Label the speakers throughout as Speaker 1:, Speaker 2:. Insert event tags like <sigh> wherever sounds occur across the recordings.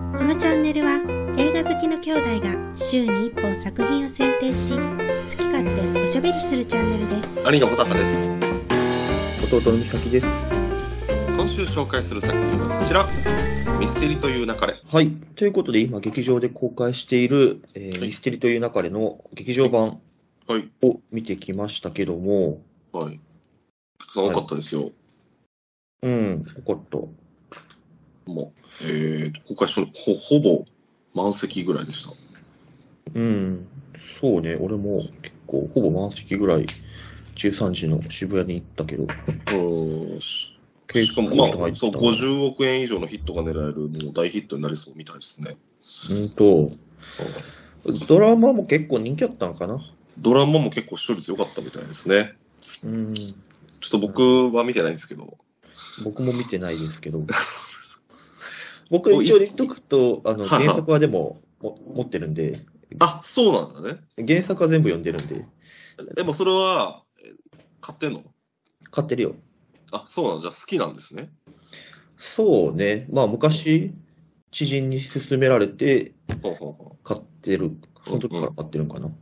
Speaker 1: ンネルは映画好きの兄弟が週に1本作品を選定し好き勝手おしゃべりするチャンネルです
Speaker 2: 兄の小高です
Speaker 3: 弟の美咲です。
Speaker 2: 今週紹介する作品はこちらミステリという流れ
Speaker 3: はい。ということで、今、劇場で公開している、えー
Speaker 2: はい
Speaker 3: ミステリという流れの劇場版
Speaker 2: はい
Speaker 3: を見てきましたけども、
Speaker 2: はいお客さん多かったですよ、
Speaker 3: うん、よかった。
Speaker 2: もうえー、公開初ほほぼ満席ぐらいでした
Speaker 3: うん、そうね、俺も結構、ほぼ満席ぐらい、13時の渋谷に行ったけど、
Speaker 2: うーんし
Speaker 3: 結
Speaker 2: しか
Speaker 3: 構
Speaker 2: も
Speaker 3: 人
Speaker 2: ま
Speaker 3: が
Speaker 2: あ
Speaker 3: 入った
Speaker 2: そう
Speaker 3: な。
Speaker 2: 50億円以上のヒットが狙えるもう大ヒットになりそうみたいですね
Speaker 3: うんと、ドラマも結構人気あったんかな。
Speaker 2: ドラマも結構視聴率良かったみたいですね
Speaker 3: うん、
Speaker 2: ちょっと僕は見てないんですけ <laughs> ど、
Speaker 3: 僕も見てないですけど。僕一応言っとくと、あ
Speaker 2: <laughs>
Speaker 3: の、
Speaker 2: はいはい
Speaker 3: 原作はでもも持ってるんで、
Speaker 2: あそうなんだね
Speaker 3: 原作は全部読んでるんで、
Speaker 2: でもそれはえ買ってんの
Speaker 3: 買ってるよ。
Speaker 2: あそうなんじゃあ好きなんですね
Speaker 3: そうね。まあ昔、知人に勧められて
Speaker 2: ほうほうほう
Speaker 3: 買ってる。その時から買ってるんか
Speaker 2: ああ、
Speaker 3: な。
Speaker 2: な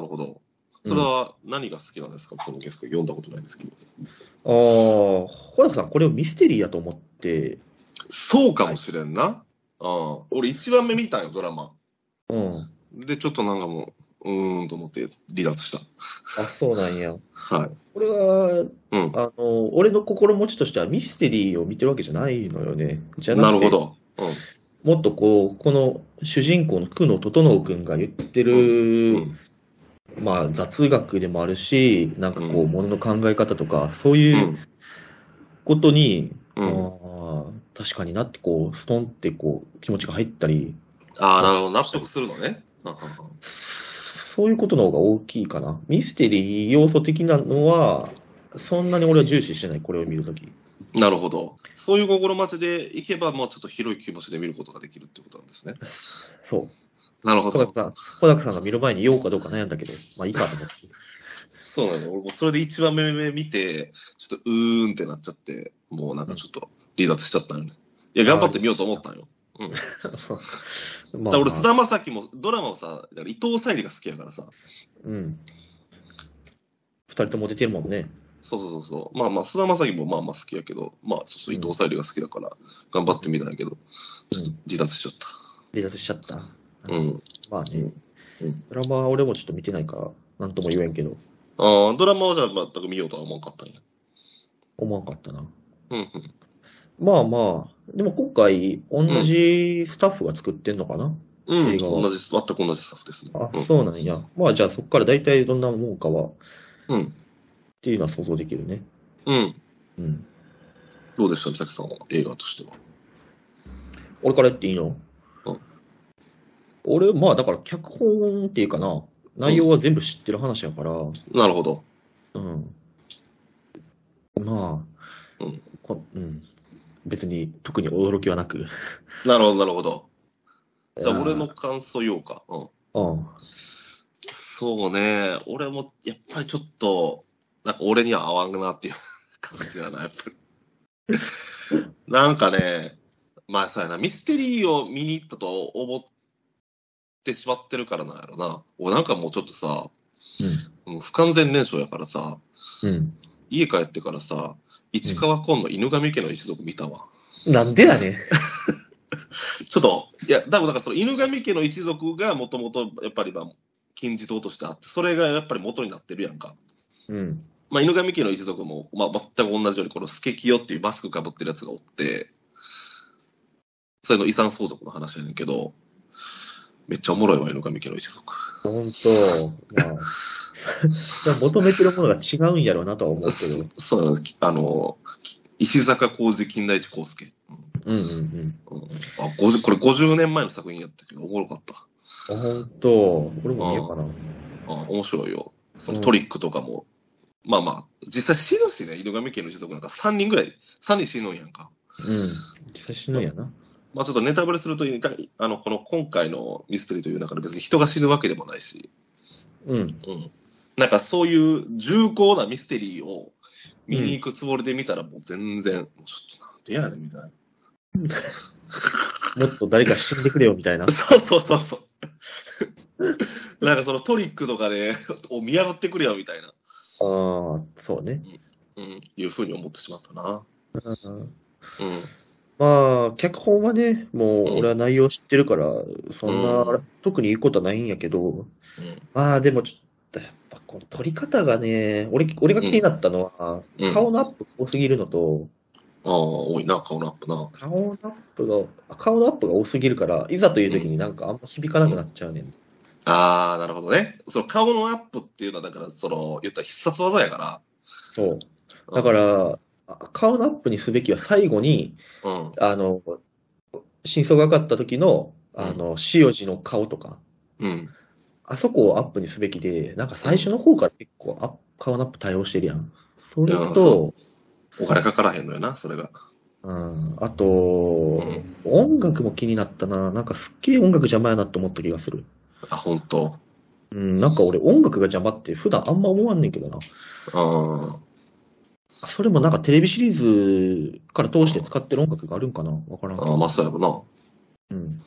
Speaker 2: るほど。それは何が好きなんですか、このゲスト読んだことないんですけど。
Speaker 3: ああ、ホラさん、これをミステリーやと思って、
Speaker 2: そうかもしれんな。ああ俺一番目見たんよ、ドラマ。
Speaker 3: うん。
Speaker 2: で、ちょっとなんかもう、うーんと思って離脱した。
Speaker 3: あ、そうなんや。
Speaker 2: はい。
Speaker 3: これは、
Speaker 2: うん。
Speaker 3: あの、俺の心持ちとしてはミステリーを見てるわけじゃないのよね。じゃ
Speaker 2: な
Speaker 3: な
Speaker 2: る
Speaker 3: く
Speaker 2: ほ
Speaker 3: て、
Speaker 2: ど。うん。
Speaker 3: もっとこう、この主人公の久野整君が言って
Speaker 2: う
Speaker 3: る、
Speaker 2: ん
Speaker 3: まあ雑学でもあるし、なんかこ
Speaker 2: う
Speaker 3: う、
Speaker 2: ん
Speaker 3: ものの考え方とか、そういうことに、
Speaker 2: うん。うん、
Speaker 3: ああ、確かになって、こう、ストンってこう、気持ちが入ったり、
Speaker 2: ああ、なるほど。納得するのね。ははは
Speaker 3: そういうことの方が大きいかな。ミステリー要素的なのは、そんなに俺は重視してない、これを見るとき。
Speaker 2: なるほど。そういう心待ちでいけば、もうちょっと広い気持ちで見ることができるってことなんですね。
Speaker 3: そう。
Speaker 2: なるほ
Speaker 3: 小
Speaker 2: ど
Speaker 3: 高。さん、小高さんが見る前に言おうかどうか悩んだけど、まあいいかと思って。
Speaker 2: そうなの、俺もそれで一番目目見て、ちょっとうーんってなっちゃって、もうなんかちょっと離脱しちゃったのね。いや、頑張ってみようと思ったのよ。うん。だか
Speaker 3: ま
Speaker 2: ら俺、菅田将暉も、ドラマもさ、だから伊藤沙莉が好きやからさ、
Speaker 3: うん。二人とも出てるもんね。
Speaker 2: そうそうそうそう、まあまあ、菅田将暉もまあまあ好きやけど、まあ、そうそう、伊藤沙莉が好きだから、頑張ってみたんやけど、ちょっと離脱しちゃ
Speaker 3: 離脱しちゃった。
Speaker 2: った。うん。
Speaker 3: まあね
Speaker 2: うん。
Speaker 3: ドラマは俺もちょっと見てないから、なんとも言えんけど、
Speaker 2: ああ、ドラマはじゃあ全く見ようとは思わんかったんや。
Speaker 3: 思わんかったな。
Speaker 2: うんうん。
Speaker 3: まあまあ、でも今回、同じスタッフが作ってんのかな、
Speaker 2: うん、
Speaker 3: 映画は
Speaker 2: 同じ、全く同じスタッフですね。
Speaker 3: あ、そうなんや。まあじゃあそこから大体どんなもんかは、っ
Speaker 2: うん。
Speaker 3: ていうのは想像できるね。
Speaker 2: うん。うん。
Speaker 3: うん。
Speaker 2: どうでした、美咲さんは、映画としては。
Speaker 3: 俺から言っていいの
Speaker 2: うん
Speaker 3: 俺、まあだから脚本っていうかな、内容は全部知ってる話やから、
Speaker 2: なるほど。
Speaker 3: うん。まあ、
Speaker 2: うん
Speaker 3: こうん。別に特に驚きはなく。
Speaker 2: なるほど、なるほど。じゃあ、俺の感想言おうか。うん。
Speaker 3: うん。
Speaker 2: そうね。俺も、やっぱりちょっと、なんか俺には合わんなっていう感じがな、やっぱり。 <laughs> なんかね、まあそうやな、ミステリーを見に行ったと思ってしまってるからなんやろな。俺なんかもうちょっとさ、うん不完全燃焼やからさ、
Speaker 3: うん。
Speaker 2: 家帰ってからさ、市川紺の犬神家の一族見たわ。
Speaker 3: うん。なんでやねん。
Speaker 2: ちょっと、いや、多分だからその犬神家の一族がもともとやっぱりまあ金字塔としてあって、それがやっぱり元になってるやんか。
Speaker 3: うん。
Speaker 2: まあ、犬神家の一族も、まあ、全く同じように、このスケキヨっていうマスクかぶってるやつがおって、それの遺産相続の話やねんけど、めっちゃおもろいわ、犬神家の一族。
Speaker 3: ほんと。まあ、求めてるものが違うんやろうなとは思うけど
Speaker 2: そ。そうなの、きあの、き石坂浩二金田一耕助。
Speaker 3: うんうんうん。
Speaker 2: うんうんあ50これ50年前の作品やったけど、おもろかった。
Speaker 3: あほんと。俺も見ようかな。
Speaker 2: あ面白いよ。その
Speaker 3: うん
Speaker 2: トリックとかも。まあまあ、実際死ぬしね、犬神家の一族なんか3人ぐらい、3人死ぬんやんか。
Speaker 3: うん。久しぶりやな。
Speaker 2: まあちょっとネタバレするといいかあの、この今回のミステリーという中で別に人が死ぬわけでもないし、
Speaker 3: うん。
Speaker 2: うん。なんかそういう重厚なミステリーを見に行くつもりで見たらもう全然、もうちょっとなんでやねんみたいな。
Speaker 3: もっと誰か死んでくれよみたい
Speaker 2: <laughs>
Speaker 3: な。
Speaker 2: そうそうそう <laughs> そう。なんかそのトリックとかで、お見破ってくれよみたいな、
Speaker 3: ああ、そうね。
Speaker 2: うん、いうふうに思ってしまったな。
Speaker 3: うん
Speaker 2: うん。
Speaker 3: まあ、脚本はね、もう
Speaker 2: うん
Speaker 3: 俺は内容知ってるから、そん
Speaker 2: う
Speaker 3: な、特にいいことはないんやけど、まあでもちょっと、やっぱこの撮り方がね、俺、俺が気になったのは、
Speaker 2: うん。うん、あ
Speaker 3: 顔のアップ多すぎるのと、
Speaker 2: あ、多いな、顔のアップな。
Speaker 3: 顔のアップが、あ顔のアップが多すぎるから、いざという時になんかあんま響かなくなっちゃうねん。
Speaker 2: ああ、なるほどね。その顔のアップっていうのは、だから、その、言ったら必殺技やか
Speaker 3: そう。
Speaker 2: ら。
Speaker 3: だから、あ顔のアップにすべきは最後に、
Speaker 2: ら、うん。
Speaker 3: あの、真相が分かった時の、あの、塩路の顔とか、
Speaker 2: うん。
Speaker 3: あそこをアップにすべきで、なんか最初の方から結構アップ、顔のアップ対応してるやん。それ
Speaker 2: いや
Speaker 3: と
Speaker 2: そ、お金かからへんのよな、それが。
Speaker 3: うん、あと、
Speaker 2: うん。
Speaker 3: 音楽も気になったな。なんかすっげえ音楽邪魔やなって思った気がする。
Speaker 2: あ、本当。
Speaker 3: うん、なんか俺音楽が邪魔って普段あんま思わんねんけどな。
Speaker 2: あ
Speaker 3: それもなんかテレビシリーズから通して使ってる音楽があるんかなわからん
Speaker 2: あ、
Speaker 3: け
Speaker 2: あ
Speaker 3: ど。
Speaker 2: あ、まあ、そうやろな。
Speaker 3: うん。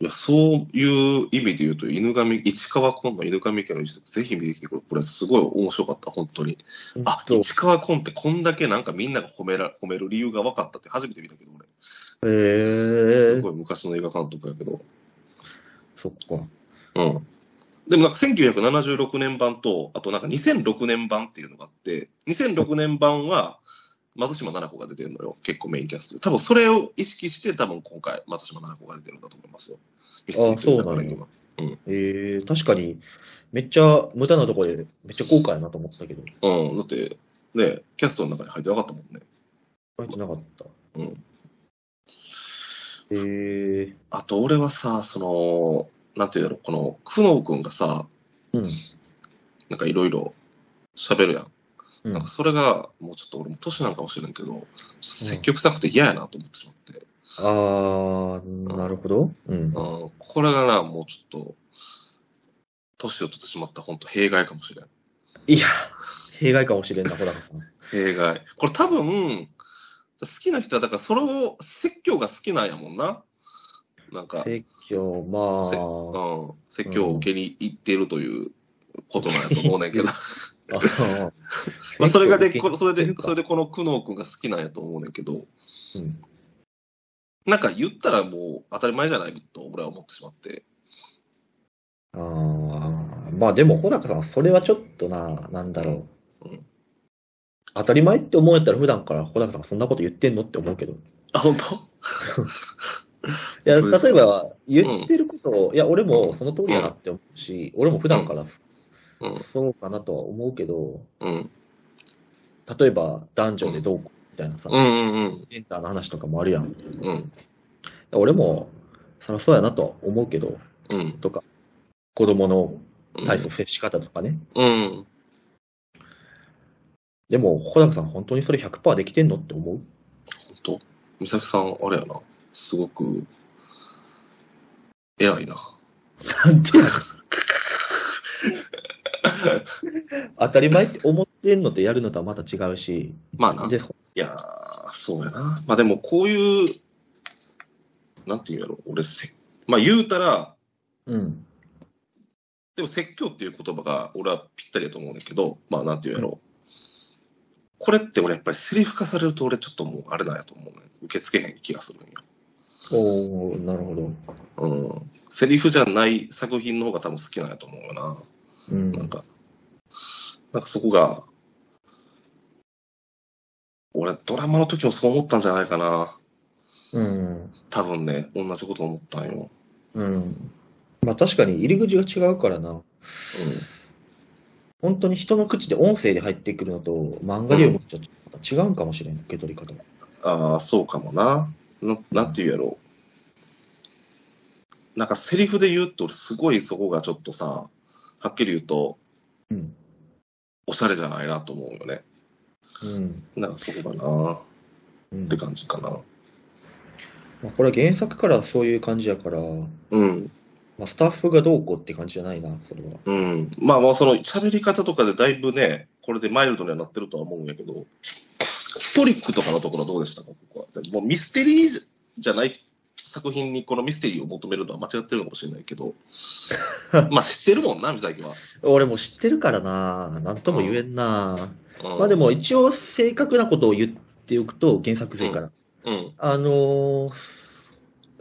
Speaker 2: いや、そういう意味で言うと、犬神、市川昆の犬神家の一族、ぜひ見てきてくれ。これすごい面白かった、本当に。あ、
Speaker 3: うんと
Speaker 2: 市川昆ってこんだけなんかみんなが褒めら、褒める理由が分かったって初めて見たけど、俺。
Speaker 3: え
Speaker 2: す
Speaker 3: ー、
Speaker 2: ごい昔の映画監督やけど。
Speaker 3: そっか。
Speaker 2: うん。でもなんか1976年版と、あとなんか2006年版っていうのがあって、2006年版は松島奈々子が出てるのよ。結構メインキャストで。多分それを意識して、多分今回松島奈々子が出てるんだと思いますよ。ミステリーとい
Speaker 3: そうなんや
Speaker 2: 流れには
Speaker 3: えー、確かに、めっちゃ無駄なとこで、めっちゃ後悔やなと思ったけど、
Speaker 2: うん、だって、ね、キャストの中に入ってなかったもんね。
Speaker 3: 書いてなかった。
Speaker 2: うん。
Speaker 3: えー、
Speaker 2: あと、俺はさ、その、なんていうの、この、久能君がさ、
Speaker 3: うん。
Speaker 2: なんかいろいろ喋るやん。
Speaker 3: うん
Speaker 2: なんかそれが、もうちょっと俺も年なんかもしれんけど、積極臭くて嫌やなと思ってしまって。
Speaker 3: あー、なるほど。うん。
Speaker 2: うん、これがな、もうちょっと、年を取ってしまった、本当弊害かもしれん。
Speaker 3: いや、弊害かもしれんな、ほらさん。
Speaker 2: 弊害。これ多分、好きな人は、だからそれを、説教が好きなんやもんな。なんか、
Speaker 3: 説教、 <laughs> ま
Speaker 2: うん、説教を受けに行ってるということなんやと思うねんけど、
Speaker 3: ああの、
Speaker 2: <laughs> まあそれがで、
Speaker 3: 説教
Speaker 2: こそれで、
Speaker 3: 受け
Speaker 2: それでこの久能君が好きなんやと思うねんけど、
Speaker 3: うん
Speaker 2: なんか言ったらもう当たり前じゃないと俺は思ってしまって。
Speaker 3: ああ、まあでも、ほらかさん、それはちょっとな、なんだろう
Speaker 2: うん。
Speaker 3: 当たり前って思えたら普段から穂高さんがそんなこと言ってんのって思うけど。い
Speaker 2: あ、本当
Speaker 3: や、
Speaker 2: そうです
Speaker 3: 例えば言ってることを、いや、俺もその通りやなって思うし、俺も普段から
Speaker 2: うん
Speaker 3: そうかなとは思うけど、
Speaker 2: うん。
Speaker 3: 例えば男女でどうこうみたいなさ、
Speaker 2: うんうん
Speaker 3: ジェンダーの話とかもあるやん。
Speaker 2: うん。うん。
Speaker 3: 俺も、そりゃそうやなとは思うけど、
Speaker 2: うん。
Speaker 3: 子供の
Speaker 2: うん
Speaker 3: 体操接し方とかね。
Speaker 2: うん。
Speaker 3: でも、穂高さん、本当にそれ100%できてんのって思う
Speaker 2: 本当美咲さん、あれやな。すごく、偉いな。
Speaker 3: なんて <laughs> 当たり前って思ってんのとやるのとはまた違うし、
Speaker 2: まあな。
Speaker 3: で、
Speaker 2: いやー、そうやな。まあでも、こういう、なんていうんやろ、俺せ、まあ言うたら、
Speaker 3: うん、
Speaker 2: でも説教っていう言葉が俺はぴったりだと思うねんだけど、まあなんていうんやろ、これって俺やっぱりセリフ化されると俺ちょっともうあれなんやと思うね。受け付けへん気がするんよ。
Speaker 3: おーなるほど。
Speaker 2: うん。セリフじゃない作品の方が多分好きなんやと思うよな。
Speaker 3: うん、
Speaker 2: なんか、なんかそこが、俺、ドラマの時もそう思ったんじゃないかな。
Speaker 3: うん、
Speaker 2: 多分ね、同じこと思ったんよ。
Speaker 3: うん。まあ確かに入り口が違うからな、本当に人の口で音声で入ってくるのと、漫画で読むのとちょっと違うんかもしれん、受け取り方が。
Speaker 2: ああ、そうかもな。ななんて言うやろう。なんかセリフで言うと、すごいそこがちょっとさ、はっきり言うと、
Speaker 3: うん、
Speaker 2: おしゃれじゃないなと思うよね。
Speaker 3: うん、
Speaker 2: なんかそこかな。っ
Speaker 3: うん
Speaker 2: て感じかな。
Speaker 3: まあ、これは原作からそういう感じやから、ま
Speaker 2: うん。
Speaker 3: あ、スタッフがどうこうって感じじゃないな、それは。
Speaker 2: うん。まあまあ、その喋り方とかでだいぶね、これでマイルドにはなってるとは思うんやけど、ストリックとかのところはどうでしたか、ここは。もうミステリーじゃない作品にこのミステリーを求めるのは間違ってるかもしれないけ
Speaker 3: <laughs>
Speaker 2: ど、まあ知ってるもんな、美咲は。
Speaker 3: 俺も知ってるからな、なんとも言えんな。
Speaker 2: うん
Speaker 3: まあでも、一応正確なことを言っておくと、原作勢から。
Speaker 2: うん、
Speaker 3: あのー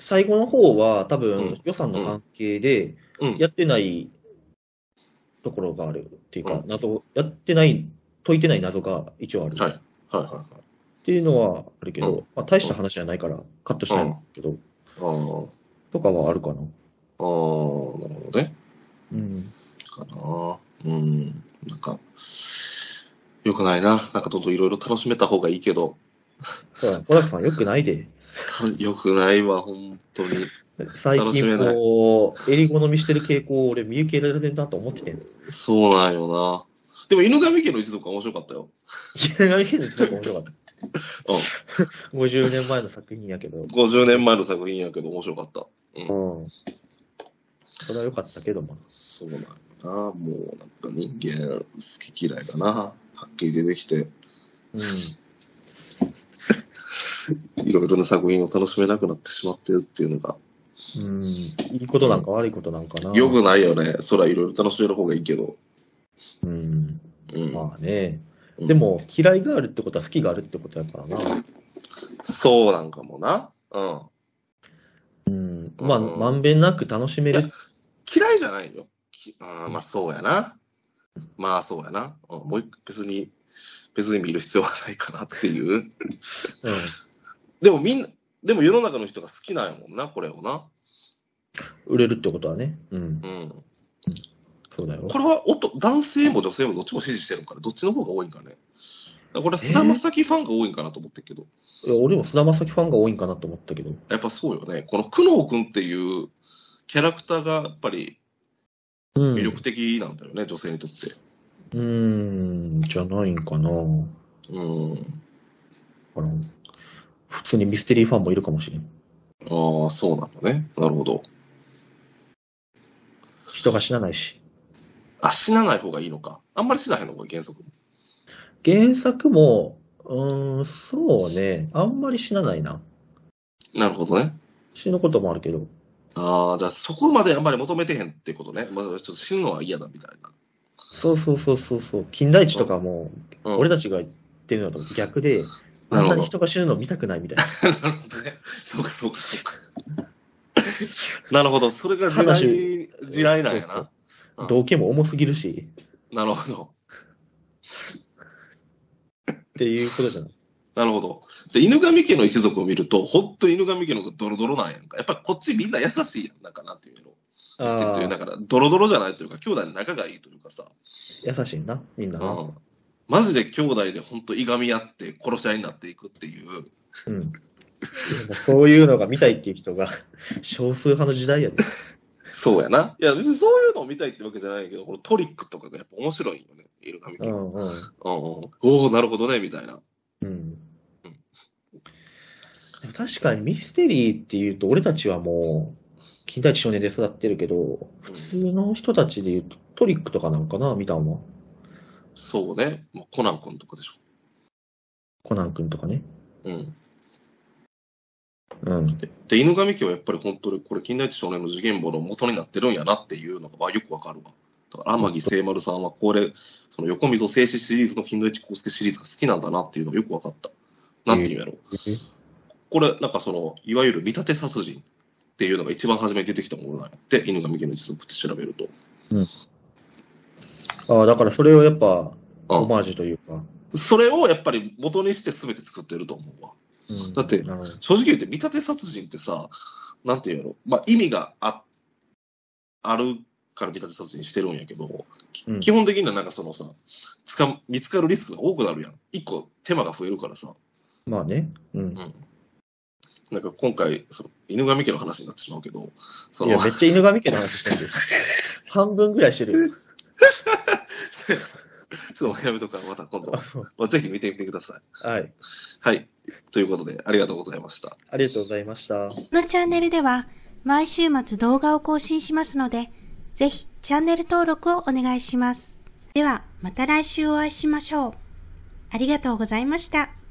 Speaker 3: 最後の方は多
Speaker 2: う
Speaker 3: 分
Speaker 2: ん
Speaker 3: 予算の関係で
Speaker 2: うん、
Speaker 3: やってないところがあるっていうか
Speaker 2: う、ん
Speaker 3: 謎、やってない、解いてない謎が一応ある
Speaker 2: はい
Speaker 3: っ
Speaker 2: はいはいはい。
Speaker 3: ていうのはあるけ
Speaker 2: うん
Speaker 3: ど、まあ大した話じゃないからカットしないんだけど、
Speaker 2: あー
Speaker 3: とかはあるかな。
Speaker 2: あー、なるほどね。
Speaker 3: うん。
Speaker 2: かな。うん、なんか、よくないな。なんかどんどんいろいろ楽しめた方がいいけど、
Speaker 3: そうだ、小高さんよくないで。
Speaker 2: よくないわ、本当に。
Speaker 3: 最
Speaker 2: 楽しめ
Speaker 3: 近
Speaker 2: ない
Speaker 3: こう、襟好みしてる傾向を俺見受けられてるなと思ってて。い
Speaker 2: そうなんよな。でも、犬神家の一族は面白かったよ。
Speaker 3: や、見てるすごく面白かった。
Speaker 2: うん。
Speaker 3: 50年前の作品やけど。
Speaker 2: 50年前の作品やけど面白かった。
Speaker 3: うん。それは良かったけども。
Speaker 2: そうなんだな。もうなんか人間好き嫌いがな。はっきり出てきて、
Speaker 3: うん。
Speaker 2: いろいろな作品を楽しめなくなってしまってるっていうのが、
Speaker 3: うん。いいことなんか悪いことなんかな。
Speaker 2: よくないよね。そらいろいろ楽しめる方がいいけど。
Speaker 3: うん。
Speaker 2: うん。
Speaker 3: まあね。
Speaker 2: うん
Speaker 3: で、も、嫌いがあるってことは好きがあるってことやからな。
Speaker 2: そうなんかもな。うん。
Speaker 3: うん。まあ、
Speaker 2: うん
Speaker 3: まんべんなく楽しめる。
Speaker 2: 嫌いじゃないよ。きあーまあそうやな。まあそうやな。うんもう一別に、別に見る必要はないかなっていう。
Speaker 3: うん。
Speaker 2: でもみんな、でも世の中の人が好きなんやもんな、これをな。
Speaker 3: 売れるってことはね。うん。
Speaker 2: うん。
Speaker 3: そうだよ。
Speaker 2: これは男男性も女性もどっちも支持してるから、どっちの方が多いんかね。これは菅田将暉ファンが多いんかなと思ってるけど、
Speaker 3: いや俺も菅田将暉ファンが多いんかなと思ったけど。
Speaker 2: やっぱそうよね。この久能君っていうキャラクターがやっぱり
Speaker 3: うん。
Speaker 2: 魅力的なんだよね、女性にとって。
Speaker 3: うん。じゃないんかな。
Speaker 2: うん。
Speaker 3: あの、普通にミステリーファンもいるかもしれん。
Speaker 2: ああ、そうなのね。なるほど。
Speaker 3: 人が死なないし。
Speaker 2: あ、死なない方がいいのか。あんまり死なへんのが原則。
Speaker 3: 原作も、うーん、そうね。あんまり死なないな。
Speaker 2: なるほどね。
Speaker 3: 死ぬこともあるけど。
Speaker 2: ああ、じゃあそこまであんまり求めてへんってことね。まずちょっと死ぬのは嫌だみたいな。
Speaker 3: そうそうそうそうそう。金田一とかも、
Speaker 2: うん、
Speaker 3: 俺
Speaker 2: だ。
Speaker 3: たちが言ってるのと逆で、
Speaker 2: なる
Speaker 3: あ
Speaker 2: ほど
Speaker 3: んなに人が死ぬの見たくないみたいな。
Speaker 2: なるほどね。 <laughs> そうかそうかそうか。なるほど。それが時代、時代なんや
Speaker 3: そう
Speaker 2: な。うん
Speaker 3: 道家も重すぎるし、
Speaker 2: なるほど。
Speaker 3: っていうことじゃない。
Speaker 2: なるほど。で、犬神家の一族を見ると、ほんと犬神家の方がドロドロなんやんか。やっぱりこっちみんな優しいやん。なんかなんていうの。
Speaker 3: あ
Speaker 2: というだ
Speaker 3: あ、
Speaker 2: から、ドロドロじゃないというか、兄弟の仲がいいというかさ。
Speaker 3: 優しいな、みんな
Speaker 2: う
Speaker 3: な。
Speaker 2: ん。マジで兄弟で本当いがみ合って殺し合いになっていくっていう。
Speaker 3: うん。そういうのが見たいっていう人が少数派の時代やで。
Speaker 2: そうやな。いや、別にそういうのを見たいってわけじゃないけど、このトリックとかがやっぱ面白いよね。犬神
Speaker 3: う
Speaker 2: 家。うんうん
Speaker 3: んうん。
Speaker 2: おおなるほどね、みたいな。
Speaker 3: うん。でも確かにミステリーっていうと、俺たちはもう、金田一少年で育ってるけど、
Speaker 2: うん
Speaker 3: 普通の人たちで言うとトリックとかなんかな、見たんは。
Speaker 2: そうね。まあ、コナン君とかでしょ。
Speaker 3: コナン君とかね。
Speaker 2: うん。
Speaker 3: うん。
Speaker 2: で、犬神家はやっぱり本当にこれ、金田一少年の次元簿の元になってるんやなっていうのがまあよくわかるわ。だから、天城聖丸さんはこれ、その横溝静止シリーズの金田一光介シリーズが好きなんだなっていうのがよくわかった。なんていうんやろ。
Speaker 3: え
Speaker 2: これ、なんかその、いわゆる見立て殺人っていうのが一番初めに出てきたものなんやって、犬神家の一族って調べると。
Speaker 3: ああ、だからそれをやっぱ、
Speaker 2: うん
Speaker 3: オマージュというか。
Speaker 2: それをやっぱり元にして全て作ってると思うわ。
Speaker 3: うん
Speaker 2: だって
Speaker 3: なるほど
Speaker 2: 正直言って、見立て殺人ってさ、なんていうの、まあ、意味がああるから見立て殺人してるんやけど、
Speaker 3: うん
Speaker 2: 基本的にはなんかそのさ、つか見つかるリスクが多くなるやん。一個手間が増えるからさ。
Speaker 3: まあね。うん。
Speaker 2: うんなんか今回、その犬神家の話になってしまうけど、そ
Speaker 3: い
Speaker 2: の
Speaker 3: や、めっちゃ犬神家の話してるんです。半分ぐらいしてるよ。
Speaker 2: そうや <laughs> ちょっとやめとくから、また今度
Speaker 3: あ、そう
Speaker 2: まあ、ぜひ見てみてください。
Speaker 3: はい。
Speaker 2: はい。ということで、ありがとうございました。
Speaker 3: ありがとうございました。
Speaker 1: このチャンネルでは毎週末動画を更新しますので、ぜひチャンネル登録をお願いします。ではまた来週お会いしましょう。ありがとうございました。